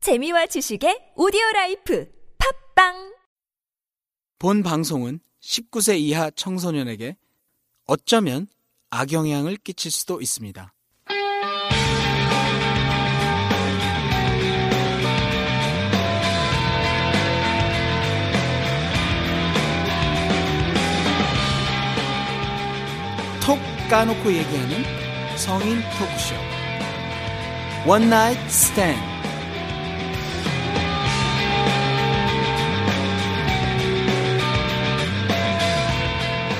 재미와 지식의 오디오 라이프 팝빵 본 방송은 19세 이하 청소년에게 어쩌면 악영향을 끼칠 수도 있습니다. 톡 까놓고 얘기하는 성인 토크쇼 원나잇 스탠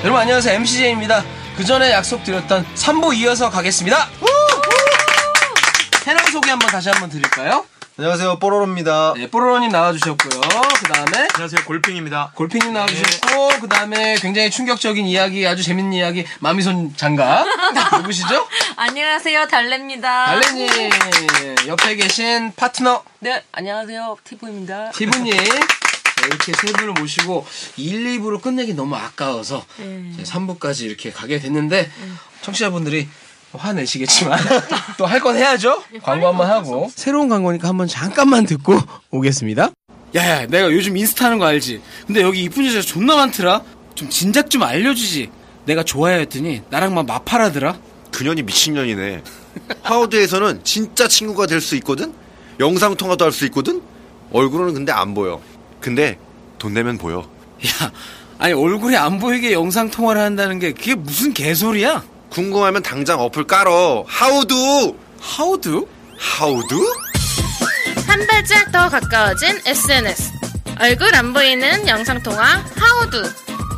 여러분 안녕하세요 MCJ입니다. 그 전에 약속드렸던 3부 이어서 가겠습니다. 해랑 소개 한번 다시 한번 드릴까요? 안녕하세요 뽀로로입니다. 네, 뽀로로님 나와주셨고요. 그 다음에 안녕하세요 골핑입니다. 네. 골핀님 나와주셨고 그 다음에 굉장히 충격적인 이야기, 아주 재밌는 이야기 마미손 장가 누구시죠? 안녕하세요, 아, 달래입니다. 알레님 옆에 계신 파트너 네, 안녕하세요, 티브입니다. 티브님 네, 이렇게 세 분을 모시고 1, 2부로 끝내기 너무 아까워서 3부까지 이렇게 가게 됐는데 청취자분들이 화내시겠지만 또 할 건 해야죠. 광고 한번 하고 새로운 광고니까 한번 잠깐만 듣고 오겠습니다. 야야 내가 요즘 인스타 하는 거 알지? 근데 여기 이쁜 여자 존나 많더라? 좀 진작 좀 알려주지 내가 좋아해 했더니 나랑 막 마팔하더라 그년이 미친년이네. 하우드에서는 진짜 친구가 될 수 있거든. 영상 통화도 할 수 있거든. 얼굴은 근데 안 보여. 근데 돈 내면 보여. 야 아니 얼굴이 안 보이게 영상 통화를 한다는 게 그게 무슨 개소리야? 궁금하면 당장 어플 깔어. 하우드. 하우드? 하우드? 한 발짝 더 가까워진 SNS. 얼굴 안 보이는 영상통화 하우두.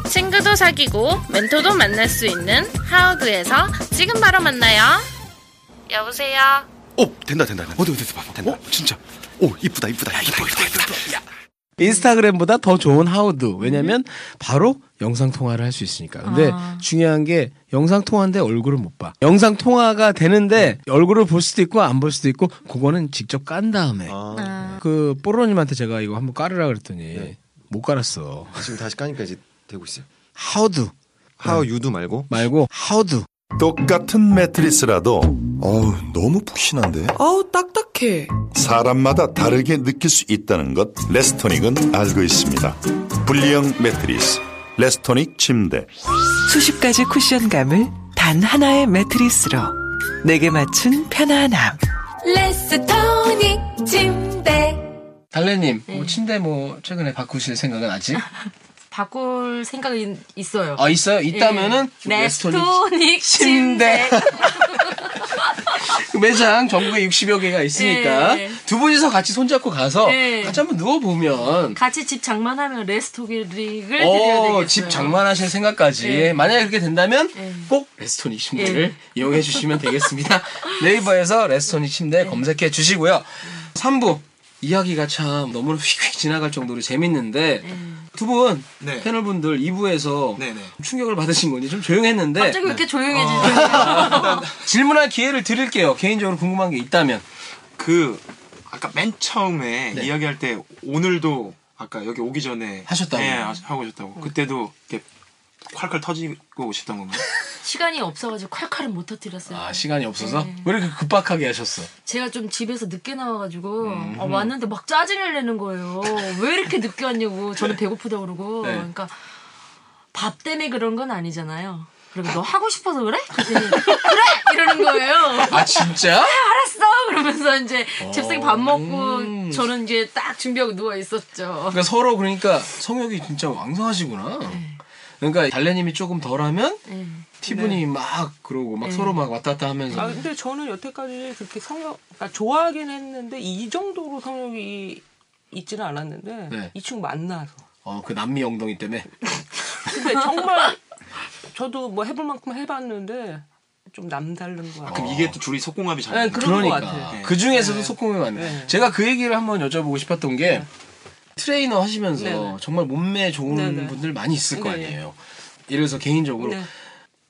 친구도 사귀고 멘토도 만날 수 있는 하우두에서 지금 바로 만나요. 여보세요. 오 된다 된다. 어디 어디 봐봐. 된다. 진짜. 오 이쁘다 이쁘다. 야, 이쁘다 이쁘다 이쁘다. 인스타그램보다 더 좋은 하우드. 왜냐면 바로 영상 통화를 할 수 있으니까. 근데 중요한 게 영상 통화인데 얼굴을 못 봐. 영상 통화가 되는데 얼굴을 볼 수도 있고 안 볼 수도 있고 그거는 직접 깐 다음에 아. 그 뽀로님한테 제가 이거 한번 깔으라 그랬더니 못 깔았어. 네. 지금 다시 까니까 이제 되고 있어요. 하우드 하우유도 말고. 말고 하우드. 똑같은 매트리스라도 어우 너무 푹신한데 어우 딱딱해 사람마다 다르게 느낄 수 있다는 것 레스토닉은 알고 있습니다 분리형 매트리스 레스토닉 침대 수십 가지 쿠션감을 단 하나의 매트리스로 내게 맞춘 편안함 레스토닉 침대 달래님 뭐 침대 뭐 최근에 바꾸실 생각은 아직? 바꿀 생각이 있어요. 예. 아 있어요? 네. 있다면은 레스토닉 레스토닉 침대. 매장 전국에 60여 개가 있으니까 네. 두 분이서 같이 손잡고 가서 네. 같이 한번 누워보면 같이 집 장만하면 레스토닉을 드려야 되겠어요. 네. 어, 집 장만하실 생각까지 만약에 그렇게 된다면 꼭 레스토닉 침대를 이용해 주시면 되겠습니다 네이버에서 레스토닉 침대 검색해 주시고요 3부 이야기가 참 너무나 휙휙 지나갈 정도로 재밌는데 두 분 네. 패널분들 2부에서 네네. 충격을 받으신 건지 좀 조용했는데 갑자기 왜 이렇게 어. 조용해지세요? 질문할 기회를 드릴게요 개인적으로 궁금한 게 있다면 그 아까 맨 처음에 이야기할 때 오늘도 아까 여기 오기 전에 네. 하셨다고요? 음. 예, 하- 하고 오셨다고. 그때도 이렇게 콸콸 터지고 오셨던 건가요? 시간이 없어가지고 콸콸은 못 터뜨렸어요. 아 시간이 없어서 왜 이렇게 급박하게 하셨어? 제가 좀 집에서 늦게 나와가지고 아, 왔는데 막 짜증을 내는 거예요. 왜 이렇게 늦게 왔냐고. 저는 배고프다 그러고. 네. 그러니까 밥 때문에 그런 건 아니잖아요. 그리고 너 하고 싶어서 그래? 그랬더니 그래 이러는 거예요. 아 진짜? 알았어 그러면서 이제 잽싸게 밥 먹고 저는 이제 딱 준비하고 누워 있었죠. 그러니까 서로 그러니까 성욕이 진짜 왕성하시구나. 그러니까 달래님이 조금 덜하면 티분이 막 그러고 막 서로 막 왔다 갔다 하면서 아 근데 저는 여태까지 그렇게 성욕, 그러니까 좋아하긴 했는데 이 정도로 성욕이 있지는 않았는데 네. 이 친구 만나서 어 그 남미 엉덩이 때문에 근데 정말 저도 뭐 해볼 만큼 해봤는데 좀 남다른 거 같아요. 그럼 이게 또 둘이 속공합이 잘 네, 되는 그런 것 그러니까 같아요. 그 중에서도 속공이 많네. 요 네. 제가 그 얘기를 한번 여쭤보고 싶었던 게 트레이너 하시면서 네, 네. 정말 몸매 좋은 네, 네. 분들 많이 있을 거 네, 네. 아니에요. 예를 들어서 개인적으로 네.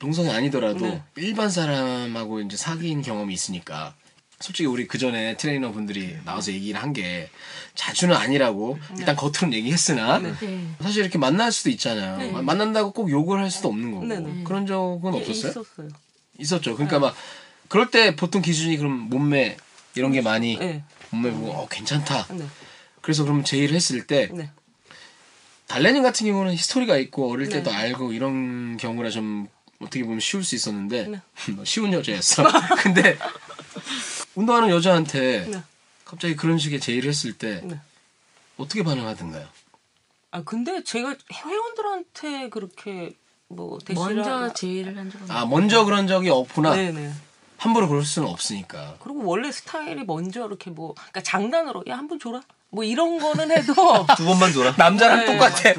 동성이 아니더라도 네. 일반 사람하고 이제 사귄 경험이 있으니까 솔직히 우리 그 전에 트레이너 분들이 나와서 얘기를 한 게 자주는 아니라고 네. 일단 겉으로는 얘기했으나 네. 사실 이렇게 만날 수도 있잖아요. 만난다고 꼭 욕을 할 수도 없는 거고 네, 네. 그런 적은 없었어요? 있었어요. 네. 있었죠. 그러니까 막 그럴 때 보통 기준이 그럼 몸매 이런 게 많이 네. 몸매 보고 어 괜찮다. 네. 그래서 그럼 제의를 했을 때 네. 달래님 같은 경우는 히스토리가 있고 어릴 때도 네. 알고 이런 경우라 좀 어떻게 보면 쉬울 수 있었는데 네. 너 쉬운 여자였어. 근데 운동하는 여자한테 네. 갑자기 그런 식의 제의를 했을 때 네. 어떻게 반응하던가요? 아 근데 제가 회원들한테 그렇게 뭐 대시를 먼저 하거나- 제의를 한 적은 아 먼저 그런 적이 없구나. 네네. 함부로 그럴 수는 없으니까. 그리고 원래 스타일이 먼저 이렇게 뭐 그러니까 장난으로 야 한 번 줘라 뭐 이런 거는 해도 두 번만 줘라. 남자랑 네. 똑같아.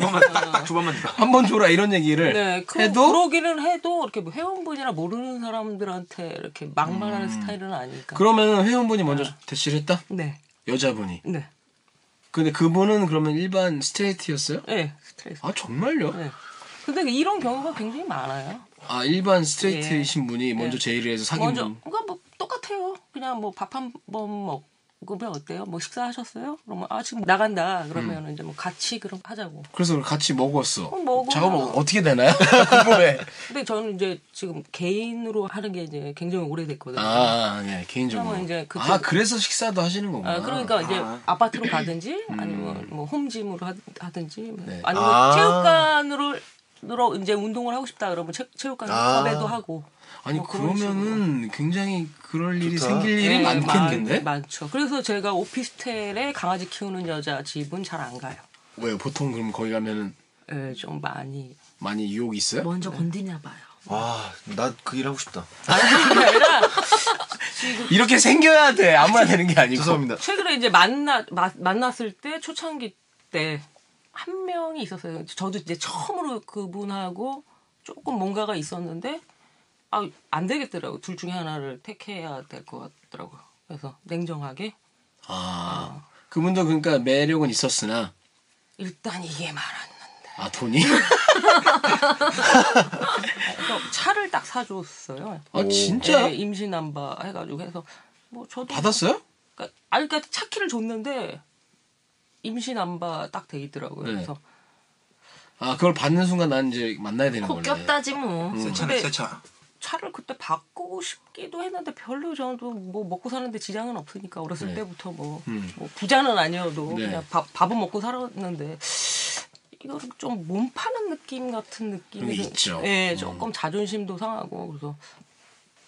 두 번만 더. 한 번 줘라 이런 얘기를 네, 그, 해도 그러기는 해도 이렇게 뭐 회원분이나 모르는 사람들한테 이렇게 막말하는 스타일은 아니니까. 그러면 회원분이 먼저 대시를 했다? 네, 여자분이. 네, 근데 그분은 그러면 일반 스트레이트였어요? 네, 스트레스. 아 정말요? 네. 근데 이런 경우가 굉장히 많아요. 아 일반 스트레이트이신 분이 먼저 예. 제의를 해서 사귄 먼저, 분. 그러니까 뭐 똑같아요. 그냥 뭐 밥 한 번 먹으면 어때요? 뭐 식사하셨어요? 그러면 아 지금 나간다. 그러면 이제 뭐 같이 그럼 하자고. 그래서 그걸 같이 먹었어. 그럼 먹어요. 작업은 어떻게 되나요? 궁금해. 근데 저는 이제 지금 개인으로 하는 게 이제 굉장히 오래됐거든요. 아, 예, 개인적으로. 그러면 이제 그쪽- 아, 그래서 식사도 하시는 거구나. 아, 그러니까 이제 아파트로 가든지 아니면 뭐 홈짐으로 하- 하든지 뭐 음. 네. 아니면 아. 체육관으로 으로 이제 운동을 하고 싶다 그러면 체, 체육관 아. 섭외도 하고 아니 뭐 그런 그러면은 굉장히 그럴 일이 생길 일이 네, 많겠는데? 많, 죠 그래서 제가 오피스텔에 강아지 키우는 여자 집은 잘 안 가요. 왜 보통 그럼 거기 가면은 예, 좀 많이 많이 유혹이 있어요? 먼저 건드냐 봐요. 와, 나 그 일 하고 싶다. 이렇게 생겨야 돼. 아무나 되는 게 아니고. 죄송합니다. 최근에 이제 만나 마- 만났을 때 초창기 때 한 명이 있었어요. 저도 이제 처음으로 그분하고 조금 뭔가가 있었는데 아, 안 되겠더라고. 둘 중에 하나를 택해야 될 것 같더라고요. 그래서 냉정하게 아, 그분도 그러니까 매력은 있었으나 일단 이게 말았는데 아 돈이. 그래서 차를 딱 사줬어요. 아 진짜? 예, 임신 남바 해가지고 해서 뭐 저도 받았어요? 그러니까, 아니, 그러니까 차 키를 줬는데 임신 남바 딱 돼 있더라고요. 네. 그래서 아 그걸 받는 순간 난 이제 만나야 되는 코 거네. 꼈다지 음, 뭐. 음, 새 차네, 새 차. 차를 그때 바꾸고 싶기도 했는데 별로 저도 뭐 먹고 사는데 지장은 없으니까 어렸을 네. 때부터 뭐, 음. 뭐 부자는 아니어도 네. 그냥 밥, 밥은 먹고 살았는데 이거는 좀 몸 파는 느낌 같은 좀 느낌이 좀- 있죠. 음. 예, 조금 자존심도 상하고 그래서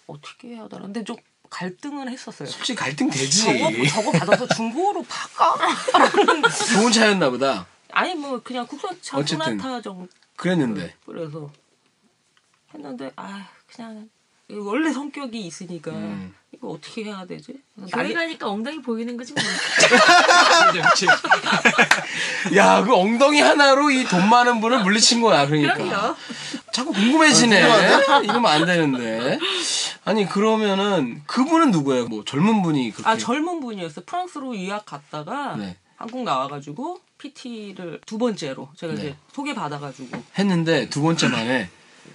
어떻게 해야 되나 근데 좀 갈등은 했었어요. 솔직히 갈등 되지. 저거, 뭐 저거 받아서 중고로 바꿔 좋은 차였나 보다. 아니 뭐 그냥 국산차 어쨌든. 소나타 정도 그랬는데. 그래서 했는데 아 그냥 원래 성격이 있으니까 음. 이거 어떻게 해야 되지? 그래서 교회 나게- 가니까 엉덩이 보이는 거지 뭐. 음. 야, 그 엉덩이 하나로 이 돈 많은 분을 물리친 거야. 그러니까. 그럼요. 자꾸 궁금해지네. 아, 이러면 안 되는데. 아니 그러면은 그분은 누구예요? 뭐 젊은 분이 그렇게. 아 젊은 분이었어요. 프랑스로 유학 갔다가 네. 한국 나와가지고 PT를 두 번째로 제가 네. 이제 소개 받아가지고 했는데 두 번째 만에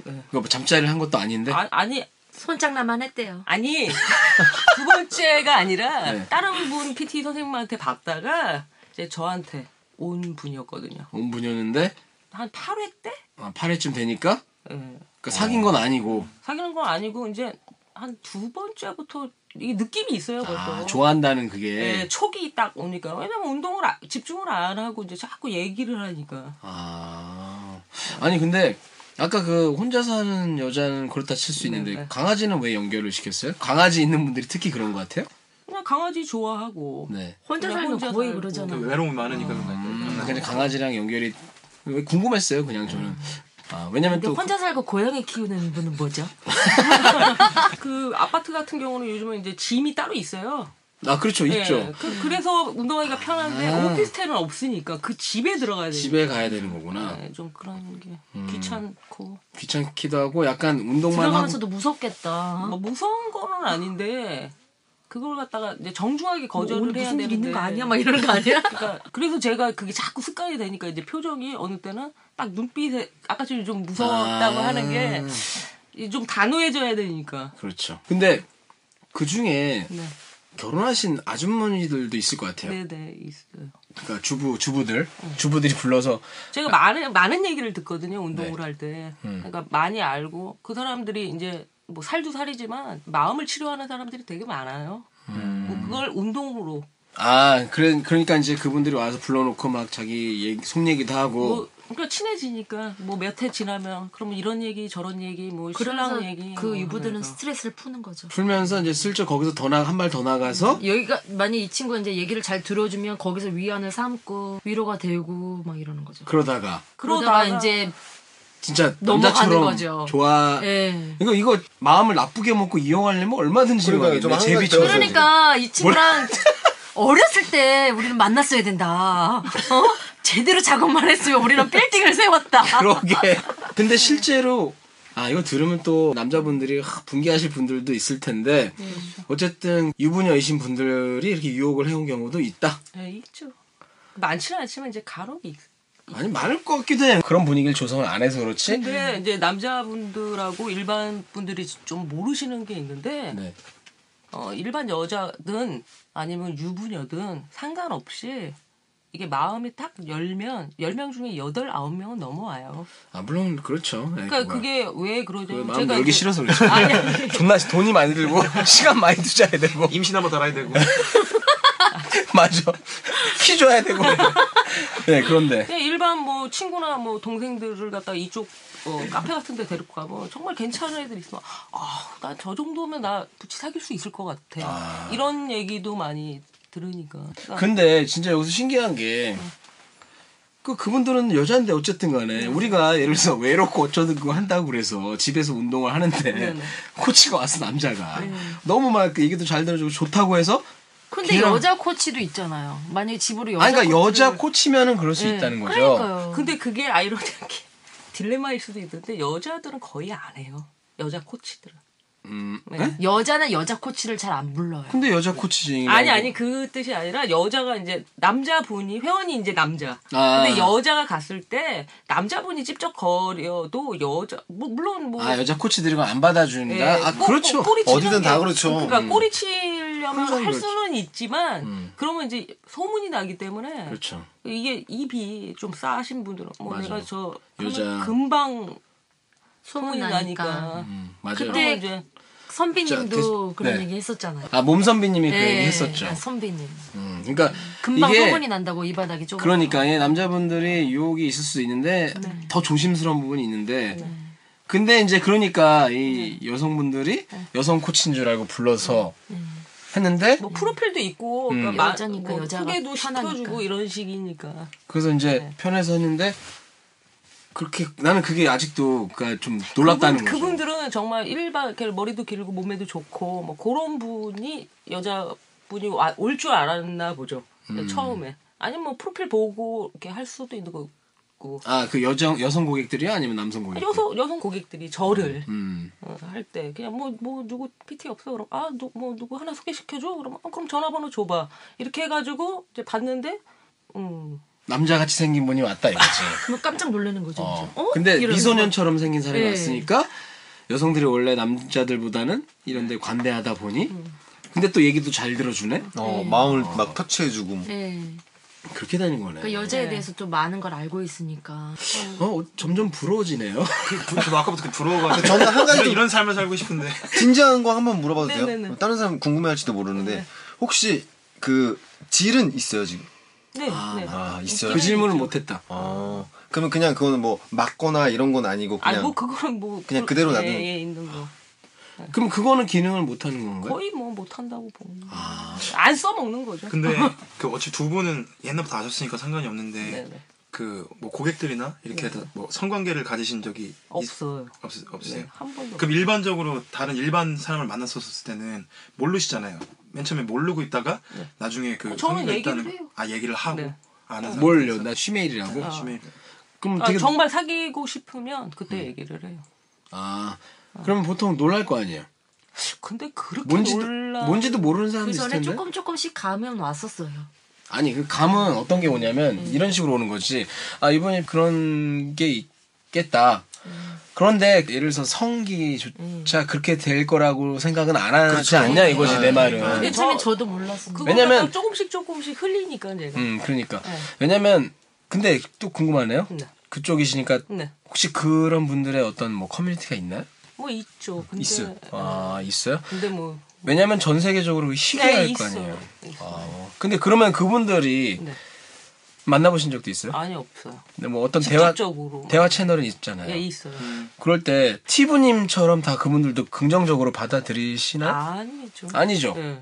그거 뭐 잠자리를 한 것도 아닌데. 아, 아니 손장난만 했대요. 아니 두 번째가 아니라 네. 다른 분 PT 선생님한테 받다가 이제 저한테 온 분이었거든요. 온 분이었는데 한 8회 때 아, 8회쯤 되니까 예. 그러니까 사귄 건 아니고 사귀는 건 아니고 이제 한 두 번째부터 이 느낌이 있어요. 벌써. 그렇죠. 아, 좋아한다는 예, 네. 그게 촉이 딱 오니까 왜냐면 운동을 아- 집중을 안 하고 이제 자꾸 얘기를 하니까 아 아니 근데 아까 그 혼자 사는 여자는 그렇다 칠 수 있는데 네, 네. 강아지는 왜 연결을 시켰어요? 강아지 있는 분들이 특히 그런 것 같아요. 그냥 강아지 좋아하고 네. 혼자 그냥 살면 혼자 거의 살고. 그러잖아. 외로움이 많으니까 그런 거 같아요. 음, 근데 강아지랑 연결이 왜 궁금했어요. 그냥 저는 아, 왜냐면 근데 또 혼자 살고 고양이 키우는 분은 뭐죠? 그 아파트 같은 경우는 요즘은 이제 짐이 따로 있어요. 아 그렇죠 네. 예, 있죠. 그, 그래서 운동하기가 편한데 아. 오피스텔은 없으니까 그 집에 들어가야 되니까 집에 음. 가야 되는 거구나. 예, 좀 그런 게 귀찮고 귀찮기도 하고 약간 운동만 하고 들어가면서도 무섭겠다. 뭐 무서운 거는 아닌데 그걸 갖다가 이제 정중하게 거절을 뭐 오늘 해야 무슨 일 되는데 있는 거 아니야? 막 이런 거 아니야? 그러니까 그래서 제가 그게 자꾸 습관이 되니까 이제 표정이 어느 때는 딱 눈빛에 아까처럼 좀 무서웠다고 아. 하는 게 좀 단호해져야 되니까. 그렇죠. 근데 그 중에 네, 결혼하신 아주머니들도 있을 것 같아요. 네, 네 있어요. 그러니까 주부 주부들 네. 주부들이 불러서 제가 많은 많은 얘기를 듣거든요 운동을 네. 할 때. 그러니까 많이 알고 그 사람들이 이제 뭐 음. 살도 살이지만 마음을 치료하는 사람들이 되게 많아요. 뭐 그걸 운동으로 아, 그래, 그러니까 이제 그분들이 와서 불러놓고 막 자기 얘기, 속 얘기도 하고. 뭐 그러니까 친해지니까 뭐 몇 해 지나면 그러면 이런 얘기 저런 얘기 뭐 그러면서 신랑 얘기 그 뭐 유부들은 하면서. 스트레스를 푸는 거죠. 풀면서 이제 슬쩍 거기서 더 나, 한 발 더 나가서. 여기가 만약 이 친구가 이제 얘기를 잘 들어주면 거기서 위안을 삼고 위로가 되고 막 이러는 거죠. 그러다가. 그러다가, 이제 진짜 넘어가는 남자처럼 거죠. 좋아. 예. 이거 이거 마음을 나쁘게 먹고 이용하려면 얼마든지 그러니까요, 이용하겠네. 좀 한가지 제비처럼. 그러니까 이 친구랑 어렸을 때 우리는 만났어야 된다. 어? 제대로 작업만 했으면 우리는 빌딩을 세웠다. 그러게. 근데 실제로 아 이거 들으면 또 남자분들이 하, 분개하실 분들도 있을 텐데 어쨌든 유부녀이신 분들이 이렇게 유혹을 해온 경우도 있다. 네, 예, 있죠. 많지는 않지만 이제 가록이 있- 아니 많을 것 같기도 해. 그런 분위기를 조성을 안 해서 그렇지. 근데 이제 남자분들하고 일반 분들이 좀 모르시는 게 있는데 네. 어, 일반 여자든 아니면 유부녀든 상관없이 이게 마음이 딱 열면 열 명 중에 여덟 아홉 명은 넘어와요. 아 물론 그렇죠. 예, 그러니까 그거야. 그게 왜 그 그러냐면 마음 열기 이제- 싫어서 그렇죠. 아니, 아니. 존나 돈이 많이 들고 시간 많이 투자해야 되고 임신 한번 달아야 되고 맞아 키 줘야 되고 네 그런데 그냥 일반 뭐 친구나 뭐 동생들을 갖다 이쪽 어, 카페 같은 데 데리고 가면 정말 괜찮은 애들 있어. 아, 나 저 정도면 나 부치 사귈 수 있을 것 같아. 이런 얘기도 많이 들으니까. 그러니까 근데 진짜 여기서 신기한 게 그, 그분들은 여자인데 어쨌든 간에 우리가 예를 들어서 외롭고 어쩌든 그거 한다고 그래서 집에서 운동을 하는데 네네. 코치가 왔어 남자가 네. 너무 막그 얘기도 잘 들어주고 좋다고 해서 근데 걔랑- 여자 코치도 있잖아요. 만약에 집으로 여자 아니 그러니까 코치를- 여자 코치면은 그럴 수 있다는 거죠 근데 그게 아이러니하게 딜레마일 수도 있는데 여자들은 거의 안 해요. 여자 코치들은. 음, 네. 네? 여자는 여자 코치를 잘 안 불러요. 근데 여자 뭐 코치지 아니 아니 그 뜻이 아니라 여자가 이제 남자분이 회원이 이제 남자. 아. 근데 여자가 갔을 때 남자분이 찝쩍거려도 여자 뭐 물론 뭐 아 여자 코치들이 그걸 안 받아준다. 예, 아 꼬- 그렇죠. 음. 꼬- 꼬리 치는 게- 그러니까 꼬리 치려면 할 수는 있지만 그러면 이제 소문이 나기 때문에 그렇죠. 이게 입이 좀 싸신 분들은 뭐 맞아요. 내가 저 여자. 하면 금방 소문이 나니까. 나니까. 음, 맞아요. 그때 자, 선비님도 대- 그런 네. 얘기 했었잖아요. 아 몸선비님이 그 예, 얘기 했었죠. 아, 선비님. 음, 그러니까 금방 이게 소문이 난다고 이 바닥이 조금. 그러니까 예, 남자분들이 유혹이 있을 수도 있는데 네. 더 조심스러운 부분이 있는데 근데 이제 그러니까 이 네. 여성분들이 여성 코치인 줄 알고 불러서 했는데 뭐 프로필도 있고 음. 그러니까 마- 여자니까 뭐 여자가 소개도 편하니까. 시켜주고 이런 식이니까 그래서 이제 네. 편해서 했는데 그렇게 나는 그게 아직도 그러니까 좀 놀랍다는 거죠. 그분들은 정말 일반 이렇게 머리도 길고 몸매도 좋고 뭐 그런 분이 여자분이 올 줄 알았나 보죠 그러니까 음. 처음에 아니면 뭐 프로필 보고 이렇게 할 수도 있는 거고 아 그 여정 여성 고객들이야 아니면 남성 고객? 여성 여성 고객들이 저를 음. 할 때 그냥 뭐 뭐 누구 PT 없어 그럼 아 누 뭐 누구 하나 소개시켜 줘 그럼 어, 그럼 전화번호 줘봐 이렇게 해가지고 이제 봤는데 음 남자같이 생긴 분이 왔다 이거지. 그러면 깜짝 놀라는 거죠. 어. 이제. 어? 근데 이러면서. 미소년처럼 생긴 사람이 예. 왔으니까 여성들이 원래 남자들보다는 이런 데 관대하다 보니 근데 또 얘기도 잘 들어주네. 어, 네. 마음을 막 터치해주고. 예. 그렇게 다닌 거네. 그러니까 여자에 대해서 좀 많은 걸 알고 있으니까. 어, 점점 부러워지네요. 그, 저도 아까부터 부러워가지고. 저는 한 가지 좀- 이런 삶을 살고 싶은데. 진지한 거 한번 물어봐도 돼요? 네네네. 다른 사람 궁금해할지도 모르는데 혹시 그 질은 있어요 지금? 네, 네. 아 있어요. 그 질문을 못했다. 어 그러면 그냥 그거는 뭐 맞거나 이런 건 아니고 그냥 아니 뭐 그거는 뭐 그냥 그대로 예, 놔둔- 예, 있는 아. 거 그럼 그거는 기능을 못 하는 건가요? 거의 뭐 못한다고 보면 아. 안 써먹는 거죠. 아, 근데 그 어차피 두 분은 옛날부터 아셨으니까 상관이 네, 없는데 그 뭐 고객들이나 이렇게 다 뭐 성관계를 가지신 적이 없어요. 없, 없으세요? 네, 한 번도. 그럼 일반적으로 다른 일반 사람을 만났었을 때는 모르시잖아요. 맨 처음에 모르고 있다가 나중에 그 어, 저는 관계가 얘기를 있다는- 해요. 네. 아 얘기를 하고 아는 사람. 뭘요? 나 쉬메일이라고? 아. 쉬메일. 그럼 아, 되게 정말 사귀고 싶으면 그때 음. 얘기를 해요. 아. 그러면 보통 놀랄 거 아니에요. 근데 그렇게 뭔지도 아, 놀라. 뭔지도 모르는 그 사람도 있을 전에 텐데. 조금 조금씩 가면 왔었어요. 아니 그 감은 어떤 게 오냐면 음. 이런 식으로 오는 거지. 아 이번에 그런 게 있겠다. 음. 그런데 예를 들어서 성기조차 그렇게 될 거라고 생각은 안 하지 그렇죠. 않냐 이거지 내 말은. 아. 근데 처음에 저도 몰랐어. 왜냐면- 조금씩 조금씩 흘리니까 제가. 음 그러니까 네. 왜냐면 근데 또 궁금하네요. 네. 그쪽이시니까 네. 혹시 그런 분들의 어떤 뭐 커뮤니티가 있나요? 뭐 있죠. 근데 있어요. 아 있어요? 근데 뭐 왜냐면 전 세계적으로 희귀할 네, 거 있어요. 네. 아니에요. 어, 근데 그러면 그분들이 만나보신 적도 있어요? 아니 없어요. 근데 뭐 어떤 대화 직접적으로. 대화 채널은 있잖아요. 예 있어요. 그럴 때 티브님처럼 다 그분들도 긍정적으로 받아들이시나? 아니죠. 네? 아니죠. 네.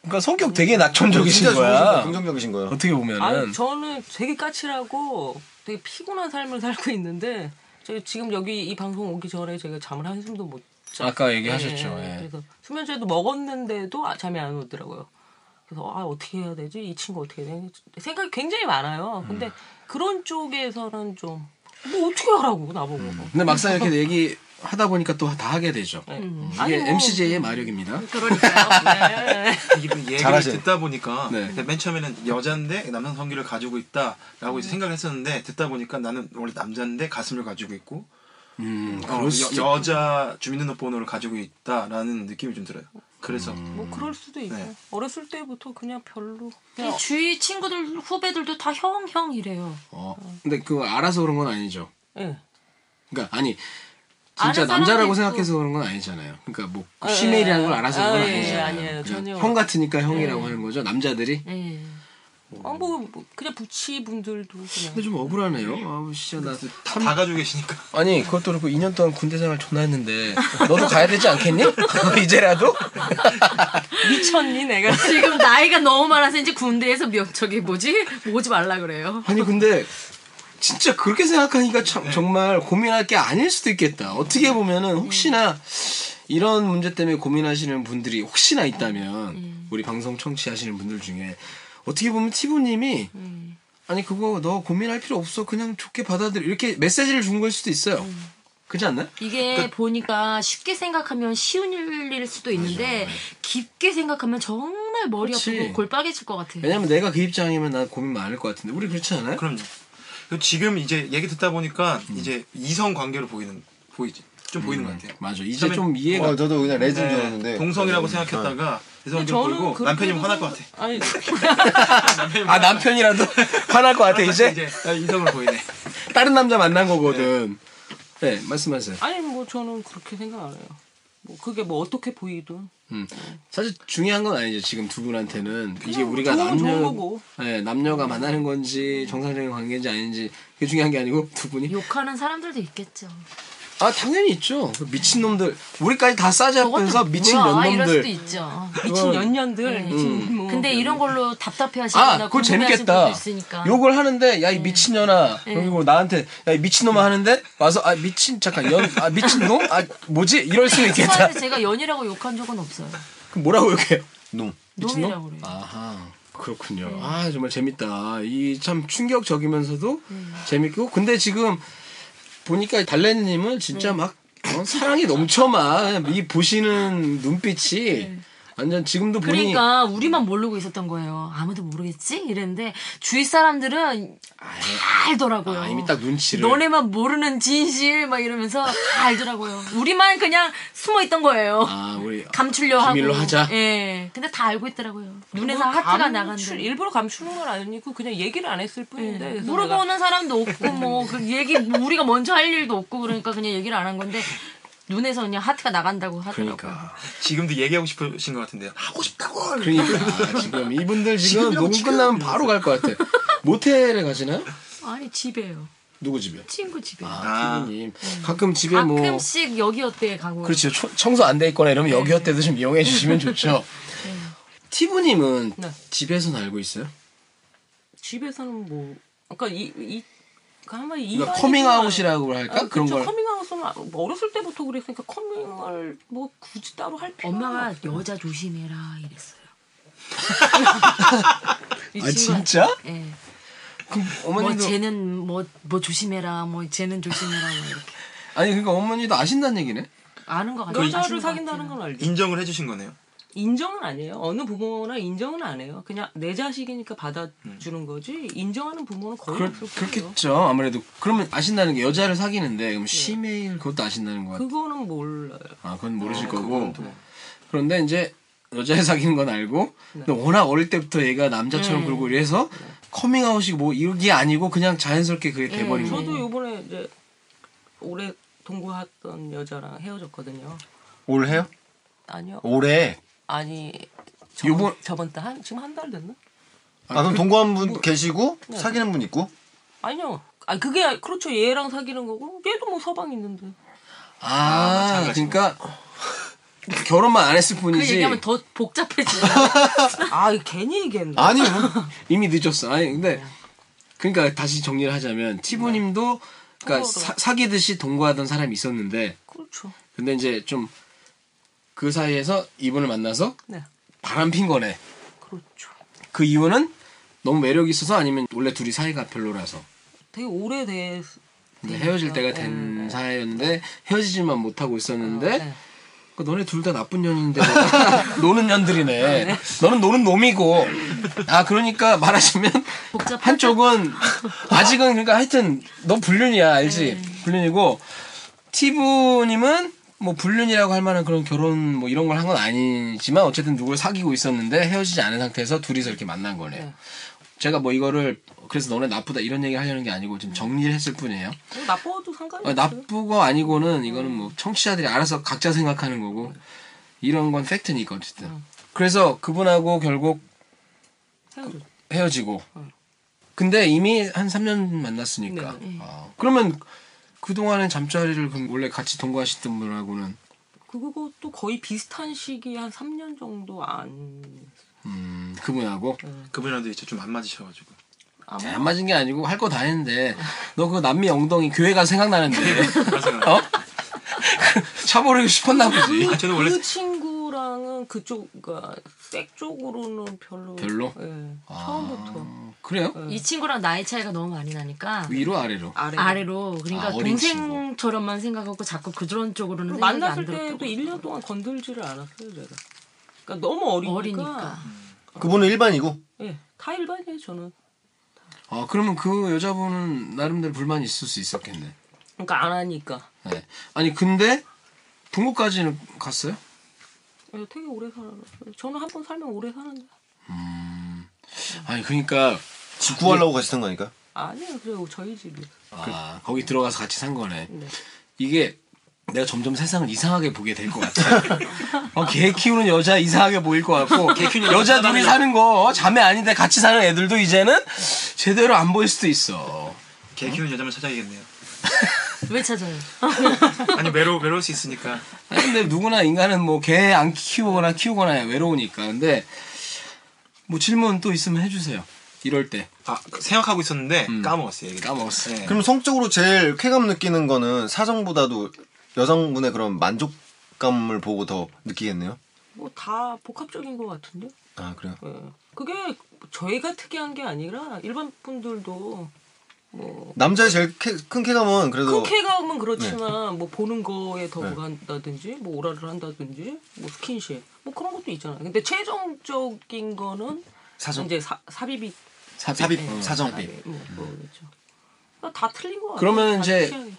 그러니까 성격 되게 낙천적이신 진짜 좋으신 거야. 거예요. 긍정적이신 거예요. 어떻게 보면은 아니 저는 되게 까칠하고 되게 피곤한 삶을 살고 있는데 저 지금 여기 이 방송 오기 전에 제가 잠을 한숨도 못 자. 네. 아까 얘기하셨죠, 예. 그래서 수면제도 먹었는데도 아, 잠이 안 오더라고요. 그래서 아 어떻게 해야 되지? 이 친구 어떻게 해야 되지? 생각이 굉장히 많아요. 근데 음. 그런 쪽에서는 좀 뭐 어떻게 하라고 나보고. 근데 막상 이렇게 얘기 하다 보니까 또 다 하게 되죠. 이게 음. 아니, 뭐. 그러니까 MCJ의 마력입니다. 네. 이분 얘기를 잘하시네. 듣다 보니까 네. 근데 맨 처음에는 여잔데 남성 성기를 가지고 있다라고 이제 생각을 했었는데 듣다 보니까 나는 원래 남잔데 가슴을 가지고 있고 음, 어, 그럴 수도 여, 여자 주민등록번호를 가지고 있다라는 느낌이 좀 들어요. 그래서 음. 뭐 그럴 수도 있고 네. 어렸을 때부터 그냥 별로. 이 주위 친구들 후배들도 다 형형이래요. 어. 근데 그거 알아서 그런 건 아니죠. 예. 음. 그러니까 아니 아는 진짜 사람도 남자라고 있고. 생각해서 그런 건 아니잖아요. 그러니까 뭐 아, 시메일이라는 걸 예. 알아서 아, 그런 건 예, 아니잖아요. 아니에요. 그냥 전혀. 형 같으니까 형이라고 예. 하는 거죠. 남자들이. 예. 아, 뭐, 뭐 그냥 부치 분들도 그냥. 근데 좀 억울하네요. 예. 아, 진짜 나 다, 가지고 계시니까. 아니 그것도 그렇고 2년 동안 군대 생활 존나 했는데 너도 가야 되지 않겠니? 이제라도? 미쳤니 네, 내가 지금 나이가 너무 많아서 이제 군대에서 몇 저기 뭐지 오지 말라 그래요. 아니 근데 진짜 그렇게 생각하니까 참 네. 정말 고민할 게 아닐 수도 있겠다. 어떻게 보면은 혹시나 네. 이런 문제 때문에 고민하시는 분들이 혹시나 있다면 음. 우리 방송 청취하시는 분들 중에 어떻게 보면 티브님이 음. 아니 그거 너 고민할 필요 없어 그냥 좋게 받아들여 이렇게 메시지를 준 걸 수도 있어요. 음. 그렇지 않나요? 이게 보니까 쉽게 생각하면 쉬운 일일 수도 있는데 깊게 생각하면 정말 머리 네. 그치. 아프고 골빠개질 것 같아. 왜냐면 내가 그 입장이면 난 고민 많을 것 같은데 우리 그렇지 않아요? 그럼요. 그리고 지금 이제 얘기 듣다 보니까 음. 이제 이성 관계로 보이는 보이지 좀 보이는 것 같아요. 네. 맞아. 이제 좀 이해가- 어, 저도 그냥 레즈인 줄 알았는데. 동성이라고 음. 네. 생각했다가 이성 근데 관계로 보이고 그렇게 남편이 해도 화날 것 같아. 좀- 아니 아 남편이라도 화날 것 같아 이제 이성으로 보이네. 다른 남자 만난 거거든. 네 말씀하세요. 아니 뭐 저는 그렇게 생각 안 해요. 뭐 그게 뭐 어떻게 보이든 음. 사실 중요한 건 아니죠. 지금 두 분한테는 이게 뭐 우리가 좋으면 좋은 남녀 거고. 예, 남녀가 만나는 건지 정상적인 관계인지 아닌지 그게 중요한 게 아니고 두 분이 욕하는 사람들도 있겠죠. 아 당연히 있죠. 미친 놈들 우리까지 다 싸지 않면서 미친 뭐야, 년 이럴 수도 놈들. 음. 있죠. 미친 년년들. 미친 뭐. 근데 이런 걸로 답답해하시거나 아, 그거 궁금해하시는 재밌겠다. 분도 있으니까. 욕을 하는데, 야, 이 미친년아. 네. 그리고 나한테, 야, 이 미친놈아 하는데, 와서, 아, 미친, 잠깐, 연, 아, 미친놈? 아, 뭐지? 이럴 수는 있겠다. 친구한테 제가 연이라고 욕한 적은 없어요. 그럼 뭐라고 욕해요? 놈. 놈이라고 그래요. 아하. 그렇군요. 아, 정말 재밌다. 이 참 충격적이면서도 재밌고. 근데 지금 보니까 달래님은 진짜 막 어, 사랑이 넘쳐만. 이 보시는 눈빛이 완전 지금도 보니. 그러니까 우리만 모르고 있었던 거예요. 아무도 모르겠지? 이랬는데 주위 사람들은 다 알더라고요. 아, 이미 딱 눈치를. 너네만 모르는 진실 막 이러면서 다 알더라고요. 우리만 그냥 숨어 있던 거예요. 아, 우리. 감추려 하고. 비밀로 하자. 예. 근데 다 알고 있더라고요. 눈에서 뭐 하트가 감출- 나간다. 일부러 감추는 건 아니고 그냥 얘기를 안 했을 뿐인데 네. 예. 네, 그래서 물어보는 사람도 없고 뭐 그 얘기 뭐 우리가 먼저 할 일도 없고 그러니까 그냥 얘기를 안 한 건데 눈에서 그냥 하트가 나간다고 하더라고요. 지금도 얘기하고 싶으신 것 같은데요. 하고 싶다고. 그러니까 지금 이분들 지금 지금 녹음 지금 끝나면 바로 갈 것 같아. 모텔에 가시나요? 아니 집에요. 누구 집에? 친구 집에. 아, 피디님. 가끔 집에 뭐 가끔씩 여기 어때 가고. 그렇죠. 초- 청소 안 돼 있거나 이러면 여기어 때도 좀 이용해 주시면 좋죠. 티브님은 집에서 알고 있어요? 집에서는 뭐 그러니까 이이 한마디 이 그러니까 커밍아웃이라고 할까? 그런 걸. 커밍아웃은 뭐 어렸을 때부터 그랬으니까 커밍을 뭐 굳이 따로 할 필요 엄마가 여자 조심해라 이랬어요. 이 아, 친구한테. 진짜? 예. 뭐 어머니도 쟤는 뭐 뭐 조심해라 뭐 쟤는 조심해라 뭐 이렇게 아니 그러니까 어머니도 아신다는 얘기네. 아는 것 같아요. 여자를 아시는 것 사귄다는 같아요. 건 알죠. 인정을 해주신 거네요. 인정은 아니에요. 어느 부모나 인정은 안 해요. 그냥 내 자식이니까 음. 받아주는 거지. 인정하는 부모는 거의 그렇, 없을 거예요. 그렇겠죠. 아무래도 그러면 아신다는 게 여자를 사귀는데 그럼 시메일 그것도 아신다는 거 같아. 그거는 몰라요. 아 그건 모르실 거고. 그런데 이제 여자를 사귀는 건 알고 근데 워낙 어릴 때부터 얘가 남자처럼 네. 굴고 이래서 커밍아웃이 뭐 이게 아니고 그냥 자연스럽게 그게 돼버린 거예요. 저도 요번에 이제 올해 동거했던 여자랑 헤어졌거든요. 올해요? 아니요. 올해 아니 저, 요번- 저번 달 한, 지금 한 달 됐나? 아 그럼 동거한 분 뭐- 계시고 네. 사귀는 분 있고 아니요. 아 그게 그렇죠. 얘랑 사귀는 거고 얘도 뭐 서방 있는데. 아, 그러니까 결혼만 안 했을 그러니까 그 뿐이지. 얘기하면 더 복잡해지네. 아 이거 괜히 얘기했네. 아니 뭐 이미 늦었어. 아니 네. 근데 그러니까 다시 정리를 하자면 티브님도 그러니까 사, 사귀듯이 동거하던 사람이 있었는데 그렇죠. 근데 이제 좀 그 사이에서 이분을 만나서 네. 바람핀 거네. 그렇죠. 그 이유는 너무 매력이 있어서 아니면 원래 둘이 사이가 별로라서 되게 오래돼. 근데 네, 헤어질 때가 된 사이였는데 헤어지지만 못하고 있었는데 그 너네 둘 다 나쁜 년인데 뭐 노는 아, 년들이네. 너는 노는 놈이고 아 그러니까 말하시면 한쪽은 아직은 그러니까 하여튼 너 불륜이야 알지 불륜이고 티브님은 뭐 불륜이라고 할 만한 그런 결혼 뭐 이런 걸 한 건 아니지만 어쨌든 누굴 사귀고 있었는데 헤어지지 않은 상태에서 둘이서 이렇게 만난 거네요. 제가 뭐 이거를 그래서 너네 나쁘다 이런 얘기 하려는 게 아니고 지금 정리를 했을 뿐이에요. 어, 나빠도 상관이 어, 없어요. 나쁘고 아니고는 이거는 뭐 청취자들이 알아서 각자 생각하는 거고 이런 건 팩트니까 어쨌든. 그래서 그분하고 결국 헤어져. 헤어지고. 근데 이미 한 3년 만났으니까. 네, 아, 그러면 그동안은 잠자리를 그럼 원래 같이 동거하시던 분하고는 그것도 거의 비슷한 시기 한 3년 정도 안. 음, 그분하고 그분이랑도 이제 좀 안 맞으셔가지고 어. 아마 뭐? 어. 안 맞은 게 아니고 할 거 다 했는데 너 그 남미 엉덩이 교회가 생각나는데 어? 쳐버리고 싶었나 아, 보지. 그 친구랑은 그쪽 그러니까 섹 쪽으로는 별로. 별로? 예. 아. 처음부터. 아, 네. 그래요? 그 이 친구랑 나이 차이가 너무 많이 나니까 위로 아래로. 아래로, 그러니까 아, 어린 동생처럼만 생각하고 자꾸 그런 쪽으로는 그리고 생각이 만났을 안 때도 들었다고 1년 동안 건들지를 않았어요, 제가. 그러니까 너무 어리니까. 어리니까. 그분은 일반이고 예, 다 일반이에요, 저는. 아 그러면 그 여자분은 나름대로 불만이 있을 수 있었겠네. 그러니까 안 하니까. 네. 아니 근데 동구까지는 갔어요? 예, 되게 오래 살았어요. 저는 한 번 살면 오래 사는데. 아니 그러니까 집 구하려고 가시던 거니까. 아니에요, 그래요, 저희 집이. 아 거기 들어가서 같이 산 거네. 네. 이게 내가 점점 세상을 이상하게 보게 될 것 같아. 어, 개 키우는 여자 이상하게 보일 것 같고 개 키우는 여자 여자 둘이 사람이요. 사는 거 어, 자매 아닌데 같이 사는 애들도 이제는 제대로 안 보일 수도 있어. 개 키우는 여자만 찾아야겠네요. 왜 찾아요? 아니 외로 외로울 수 있으니까 아니, 근데 누구나 인간은 뭐 개 안 키우거나 키우거나 외로우니까. 근데 뭐 질문 또 있으면 해주세요. 이럴 때. 음. 아 생각하고 있었는데 까먹었어요. 얘기를. 까먹었어. 네. 그럼 성적으로 제일 쾌감 느끼는 거는 사정보다도 여성분의 그런 만족감을 보고 더 느끼겠네요. 뭐 다 복합적인 것 같은데. 아 그래요. 그게 저희가 특이한 게 아니라 일반 분들도 뭐 남자의 제일 쾌- 큰 쾌감은 그래도 큰 쾌감은 그렇지만 네. 뭐 보는 거에 더 간다든지 뭐 오라를 한다든지 뭐 스킨십 뭐 그런 것도 있잖아요. 근데 최종적인 거는 사정. 이제 사, 삽입이 삽입, 음. 사정비. 삽입, 뭐 그거겠죠. 그러니까 다 틀린 거 같아요. 그러면 다 이제 취향이.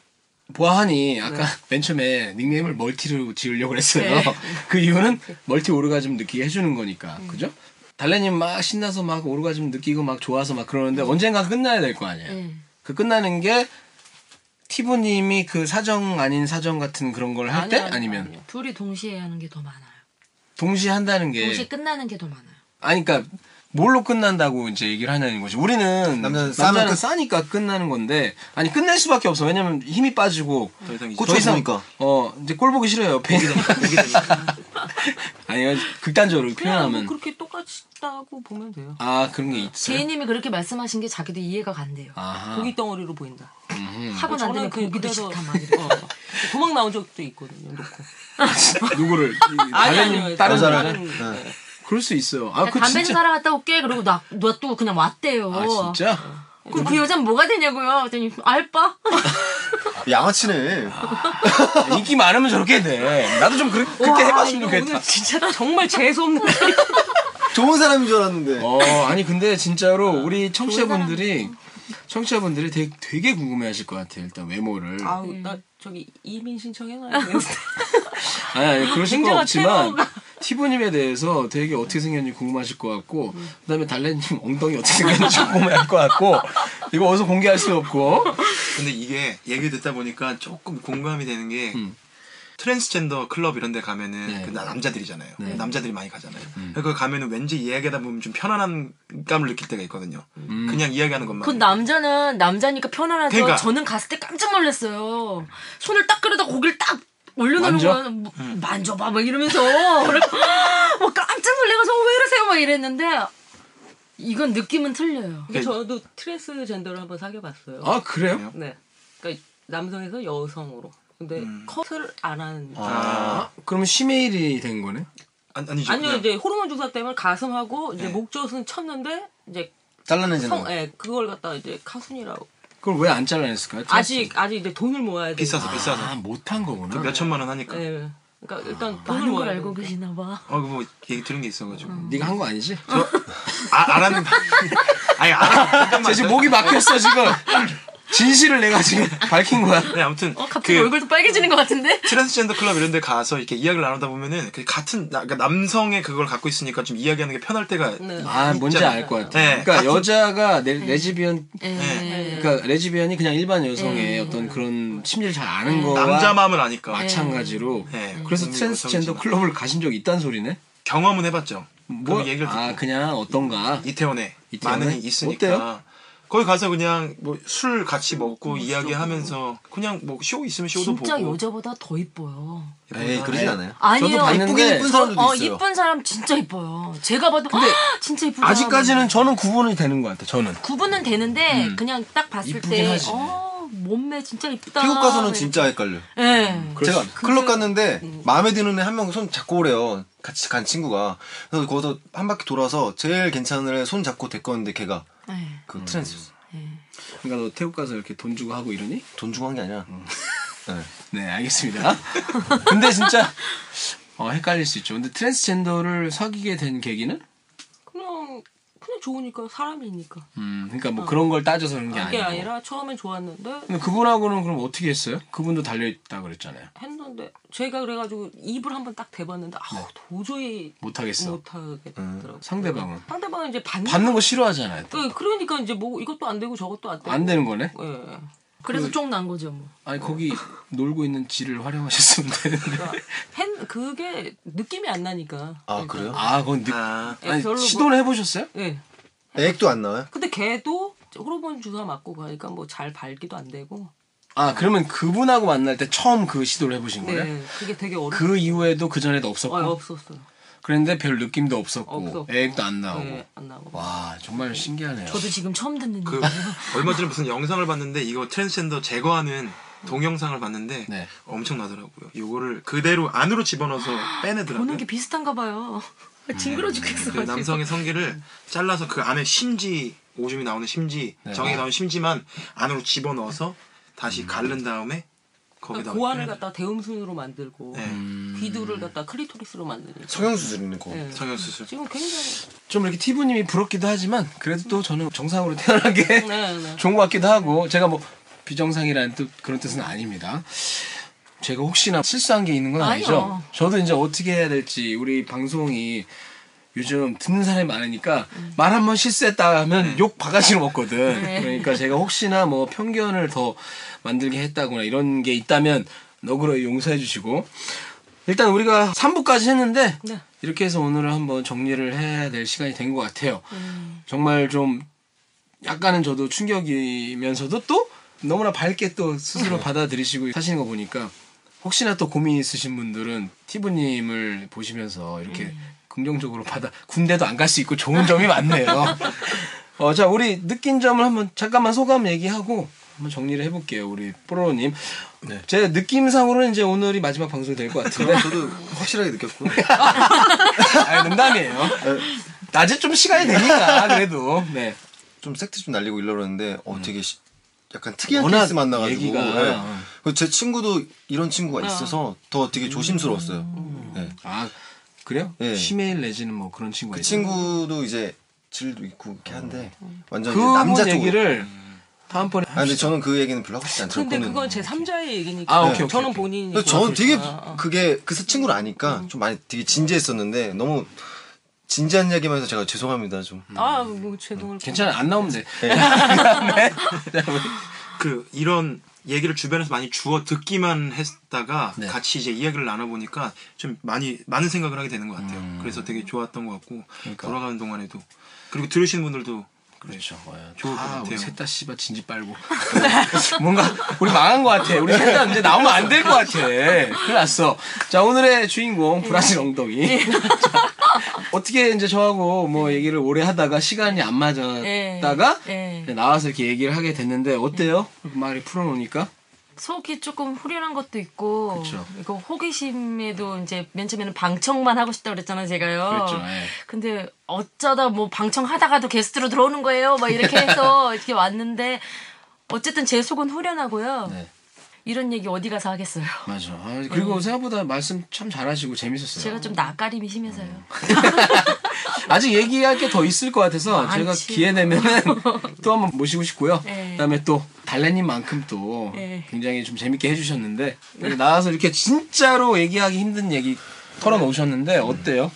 보아하니 아까 네. 맨 처음에 닉네임을 멀티로 지으려고 했어요. 네. 그 이유는 멀티 오르가즘 느끼게 해주는 거니까. 음. 그죠? 달래님 막 신나서 막 오르가즘 느끼고 막 좋아서 막 그러는데 언젠가 끝나야 될 거 아니에요. 네. 그 끝나는 게 티브님이 그 사정 아닌 사정 같은 그런 걸 할 때? 아니요, 아니요, 아니면 아니요. 둘이 동시에 하는 게 더 많아요. 동시에 한다는 게 동시에 끝나는 게 더 많아요. 아니 예. 그러니까 뭘로 끝난다고 이제 얘기를 하냐는 거지. 우리는 남자는, 싸면 끝. 싸니까 끝나는 건데 아니 끝낼 수밖에 없어. 왜냐면 힘이 빠지고 더 이상 그 더 이상- 어 이제 꼴 보기 싫어요. 옆에 있는 아니 극단적으로 뭐 그냥 표현하면 그렇게 똑같다고 보면 돼요. 아 그런 게 있어요. 제이님이 그렇게 말씀하신 게 자기도 이해가 간대요. 아하. 고기 덩어리로 보인다. 음. 하고 난 다음에 그 고기도 그래서 싫다 막 어, 도망 나온 적도 있거든요. 놓고. 누구를 아니, 다른 네. 아니요. 다른 여자를. 사람 그럴 수 있어요. 아 그 담배 는 진짜 사러 갔다 올게. 그리고 나, 놔두고 그냥 왔대요. 아 진짜 그럼 그 여자는 뭐가 되냐고요? 그랬더니 알바? 양아치네. 인기 많으면 저렇게 돼. 나도 좀 그렇, 와, 그렇게 해봤으면 이거 좋겠다. 오늘 진짜 정말 재수없는 좋은 사람인 줄 네. 알았는데. 어, 아니 근데 진짜로 우리 청취자분들이 청취자분들이 되게, 되게 궁금해하실 것 같아요. 일단 외모를. 아우 나 저기 이민 신청해놔야 돼. 아니, 아니 그러실 건 굉장한 없지만 테러가. 티브님에 대해서 되게 어떻게 생겼는지 궁금하실 것 같고 그다음에 달래님 엉덩이 어떻게 생겼는지 궁금해할 것 같고 이거 어디서 공개할 수 없고 근데 이게 얘기 듣다 보니까 조금 공감이 되는 게 트랜스젠더 클럽 이런 데 가면은 그 나- 남자들이잖아요. 네. 남자들이 많이 가잖아요. 그거 가면은 왠지 이야기하다 보면 좀 편안한 감을 느낄 때가 있거든요. 그냥 이야기하는 것만. 그 남자는 남자니까 편안하죠. 그러니까. 저는 갔을 때 깜짝 놀랐어요. 손을 딱 끌어다 고기를 딱 올려놓는 만져? 거야. 뭐, 만져봐 막 이러면서 그래서 막 깜짝 놀래가지고 왜 이러세요 막 이랬는데 이건 느낌은 틀려요. 근데 그러니까 저도 트랜스젠더를 한번 사귀어봤어요. 아, 그래요? 네. 그러니까 남성에서 여성으로. 근데 음. 컷을 안 하는. 아, 그럼 쉬메일이 된 거네? 아니, 네. 아니요 이제 호르몬 주사 때문에 가슴하고 이제 목젖은 쳤는데 이제 잘라내잖아요. 성- 예, 그걸 갖다 이제 카순이라고. 그걸 왜 안 잘라냈을까요? 아직 아직 이제 돈을 모아야 돼. 비싸서 비싸서. 못한 거구나. 그 몇 천만 원 하니까. 예. 그러니까 일단 돈을 많은 걸 모아야 돼. 알고 계시나 봐. 어, 그뭐 얘기 들은 게 있어가지고. 네가 한 거 아니지? 저 아, 알았는데. 아니 알아. 쟤 지금 목이 막혔어, 지금. 진실을 내가 지금 밝힌 거야. 네 아무튼. 갑자기 얼굴도 빨개지는 것 같은데? 트랜스젠더 클럽 이런 데 가서 이렇게 이야기를 나누다 보면은 그 같은 나- 그러니까 남성의 그걸 갖고 있으니까 좀 이야기하는 게 편할 때가 네. 아, 뭔지 알 것 같아. 네, 그러니까 같은- 여자가 레, 레즈비언, 네. 그러니까 레즈비언이 그냥 일반 여성의 어떤 그런 심리를 잘 네. 아는 거와 남자 마음을 아니까 마찬가지로. 네. 그래서 트랜스젠더 클럽을 가신 적이 있다는 소리네? 경험은 해봤죠. 뭐, 그럼 얘기를 듣고. 아, 그냥 어떤가? 이태원에, 이태원에? 많은 일이 있으니까. 어때요? 거기 가서 그냥 뭐 술 같이 먹고 이야기하면서 그냥 뭐 쇼 있으면 쇼도 진짜 보고. 여자보다 더 이뻐요. 에이, 그러진 않아요. 아니요. 저도 봤는데 이쁘긴 이쁜 사람들도 어, 있어요. 이쁜 사람 진짜 이뻐요. 제가 봐도 헉, 진짜 이쁘다. 아직까지는 저는 구분이 되는 것 같아, 저는. 구분은 되는데 음. 그냥 딱 봤을 이쁘긴 때 하지. 어, 몸매 진짜 이쁘다. 피부 가서는 진짜 헷갈려. 예. 네. 제가 클럽 갔는데 마음에 드는 애 한 명 손 잡고 오래요. 같이 간 친구가. 그래서 거기서 한 바퀴 돌아서 제일 괜찮은 애 손 잡고 데꼬는데 걔가 예. 그 트랜스. 음. 그러니까 너 태국 가서 이렇게 돈 주고 하고 이러니? 돈 주고 한 게 아니라. 네. 알겠습니다. 근데 진짜 어, 헷갈릴 수 있죠. 근데 트랜스젠더를 사귀게 된 계기는? 그냥 그냥 좋으니까 사람이니까. 음, 그러니까 뭐 그런 걸 따져서 그런 게 그게 아니고. 아니라 처음엔 좋았는데 근데 그분하고는 그럼 어떻게 했어요? 그분도 달려있다 그랬잖아요. 했는데 제가 그래가지고 입을 한번 딱 대봤는데 아우 도저히 못하겠어. 못하게 음, 되더라고. 상대방은 네, 상대방은 이제 받는. 받는 거 싫어하잖아요. 예, 그러니까 이제 뭐 이것도 안 되고 저것도 안 되고. 안 되는 거네. 예. 그래서 쫑 난 거죠, 뭐. 아니 거기 놀고 있는 지를 활용하셨으면 되는데. 그러니까 팬 그게 느낌이 안 나니까. 아, 그래요? 아, 그건 느... 예, 별로 뭐- 해보셨어요? 예. 액도 안 나와요? 근데 걔도 호르몬 주사 맞고 가니까 뭐 잘 발기도 안 되고. 아 그러면 그분하고 만날 때 처음 그 시도를 해보신 아, 거예요? 네. 그게 되게 어려. 그 이후에도 그 전에도 없었고. 아, 없었어요. 그랬는데 별 느낌도 없었고 없었고. 애익도 안 나오고. 어. 예, 안 나고. 와 정말 신기하네요. 저도 지금 처음 듣는 그 얼마 전에 무슨 영상을 봤는데 이거 트랜스젠더 제거하는 동영상을 봤는데 네. 엄청나더라고요. 이거를 그대로 안으로 집어넣어서 빼내더라고요. 보는 게 비슷한가 봐요. 징그러 죽겠어. 그 남성의 네. 성기를 잘라서 그 안에 심지 오줌이 나오는 심지 네. 정이 나오는 심지만 안으로 집어넣어서 다시 갈른 다음에 거기다 그러니까 네. 고환을 빼내요. 갖다 대음순으로 만들고 귀두를 갖다 클리토리스로 만드는. 성형수술이네 그거. 네. 성형수술. 지금 굉장히. 좀 이렇게 티브님이 부럽기도 하지만 그래도 또 저는 정상으로 태어난 게 네, 네. 좋은 것 같기도 하고 제가 뭐 비정상이라는 뜻 그런 뜻은 아닙니다. 제가 혹시나 실수한 게 있는 건 아니죠. 아니요. 저도 이제 어떻게 해야 될지 우리 방송이 요즘 듣는 사람이 많으니까 음. 말 한 번 실수했다 하면 네. 욕 바가지로 먹거든. 네. 그러니까 제가 혹시나 뭐 편견을 더 만들게 했다거나 이런 게 있다면 너그러이 용서해 주시고 일단 우리가 3부까지 했는데 네. 이렇게 해서 오늘은 한번 정리를 해야 될 시간이 된 것 같아요. 정말 좀 약간은 저도 충격이면서도 또 너무나 밝게 또 네. 스스로 받아들이시고 하시는 거 보니까 혹시나 또 고민 있으신 분들은 티브님을 보시면서 이렇게 음. 긍정적으로 받아 군대도 안 갈 수 있고 좋은 점이 많네요. 어, 자 우리 느낀 점을 한번 잠깐만 소감 얘기하고 한번 정리를 해볼게요. 우리 뽀로로님. 네. 제 느낌상으로는 이제 오늘이 마지막 방송이 될 것 같은데. 저도 확실하게 느꼈고. 네. 아 농담이에요. 낮에 좀 시간이 되니까 그래도. 네. 좀 섹트 좀 날리고 이러는데 어 네. 되게 시- 약간 특이한 워낙 케이스 만나가지고 얘기가- 예. 어. 그제 친구도 이런 친구가 있어서 더 음. 되게 조심스러웠어요. 예. 아 그래요? 예. 시메일 내지는 뭐 그런 친구가 그 있어요? 친구도 이제 질도 있고 이렇게 한데 완전 이제 그분 남자 쪽으로. 얘기를 다음번에 아 근데 저는 그 얘기는 별로 하고 싶지 않죠. 근데 그거는. 그건 제 3자의 얘기니까. 아, 오케이, 오케이, 저는 본인이. 어. 그래서 저는 되게 그게 그 친구를 아니까 좀 많이 되게 진지했었는데 너무 진지한 이야기만 해서 제가 죄송합니다 좀. 음. 음. 예. 아, 뭐, 제동을. 괜찮아 안 나오면 돼. 그 이런 얘기를 주변에서 많이 주워 듣기만 했다가 네. 같이 이제 이야기를 나눠보니까 좀 많이 많은 생각을 하게 되는 것 같아요. 음. 그래서 되게 좋았던 것 같고 그러니까. 돌아가는 동안에도 그리고 들으신 분들도 그렇죠. 어, 예. 좋을 것 아, 같아요. 우리 셋다 씨발 진지 빨고. 뭔가 우리 망한 것 같아. 우리 셋 다 이제 나오면 안 될 것 같아. 큰일 났어. 자, 오늘의 주인공, 브라질 예. 엉덩이. 자, 어떻게 이제 저하고 뭐 얘기를 오래 하다가 시간이 안 맞았다가 예. 이제 나와서 이렇게 얘기를 하게 됐는데 어때요? 그 말이 풀어놓으니까? 속이 조금 후련한 것도 있고 그쵸. 이거 호기심에도 이제 맨 처음에는 방청만 하고 싶다 그랬잖아요 제가요. 그랬죠, 예. 근데 어쩌다 뭐 방청하다가도 게스트로 들어오는 거예요. 막 이렇게 해서 이렇게 왔는데 어쨌든 제 속은 후련하고요. 네. 이런 얘기 어디 가서 하겠어요. 맞아. 아, 그리고 생각보다 말씀 참 잘하시고 재밌었어요. 예. 제가 좀 낯가림이 심해서요. 아직 얘기할 게 더 있을 것 같아서 많지. 제가 기회 되면은 또 한번 모시고 싶고요. 네. 그다음에 또 달래님만큼 또 네. 굉장히 좀 재밌게 해주셨는데 나와서 이렇게 진짜로 얘기하기 힘든 얘기 털어놓으셨는데 어때요?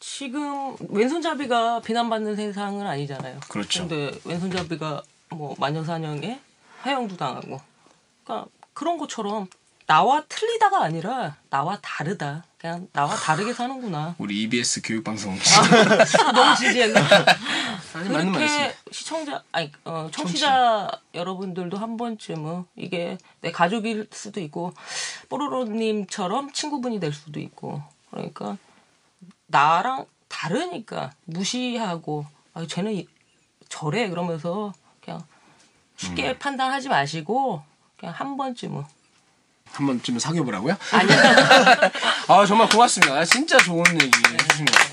지금 왼손잡이가 비난받는 세상은 아니잖아요. 그렇죠. 근데 왼손잡이가 뭐 마녀사냥에 화형도 당하고. 그러니까 그런 것처럼 나와 틀리다가 아니라 나와 다르다. 그냥 나와 다르게 사는구나. 우리 EBS 교육방송 너무 진지했나? 아니, 맞는 말씀이에요. 그렇게 시청자 아니 어, 청취자 여러분들도 한 번쯤은 이게 내 가족일 수도 있고 뽀로로님처럼 친구분이 될 수도 있고 그러니까 나랑 다르니까 무시하고 아 쟤는 이- 저래 그러면서 그냥 쉽게 음. 판단하지 마시고 그냥 한 번쯤은 한 번쯤 사귀어보라고요? 아니요. 아 정말 고맙습니다. 아, 진짜 좋은 얘기 해주신 것 같아요.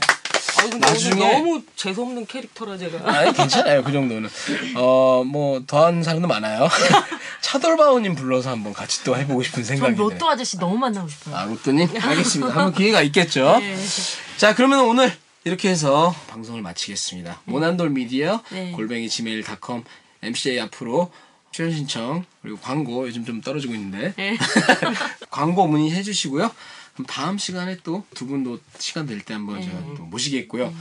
아유 근데 나중에- 오늘 너무 재수없는 캐릭터라 제가 아니, 괜찮아요. 그 정도는. 어, 뭐, 더한 사람도 많아요. 차돌바오님 불러서 한번 같이 또 해보고 싶은 생각이 전 드네요. 로또 아저씨 너무 만나고 싶어요. 아, 로또님? 알겠습니다. 한번 기회가 있겠죠. 자, 그러면 오늘 이렇게 해서 방송을 마치겠습니다. 모난돌 미디어, 네. 골뱅이 지메일닷컴, MCJ 앞으로 출연 신청, 그리고 광고 요즘 좀 떨어지고 있는데. 광고 문의해 주시고요. 그럼 다음 시간에 또 두 분도 시간 될 때 한번 제가 또 모시겠고요.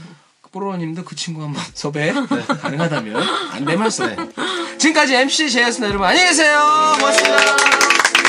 뽀로로님도 그 친구 한번 섭외 가능하다면 안 되면 섭 지금까지 MC 제이였습니다 여러분 안녕히 계세요 고맙습니다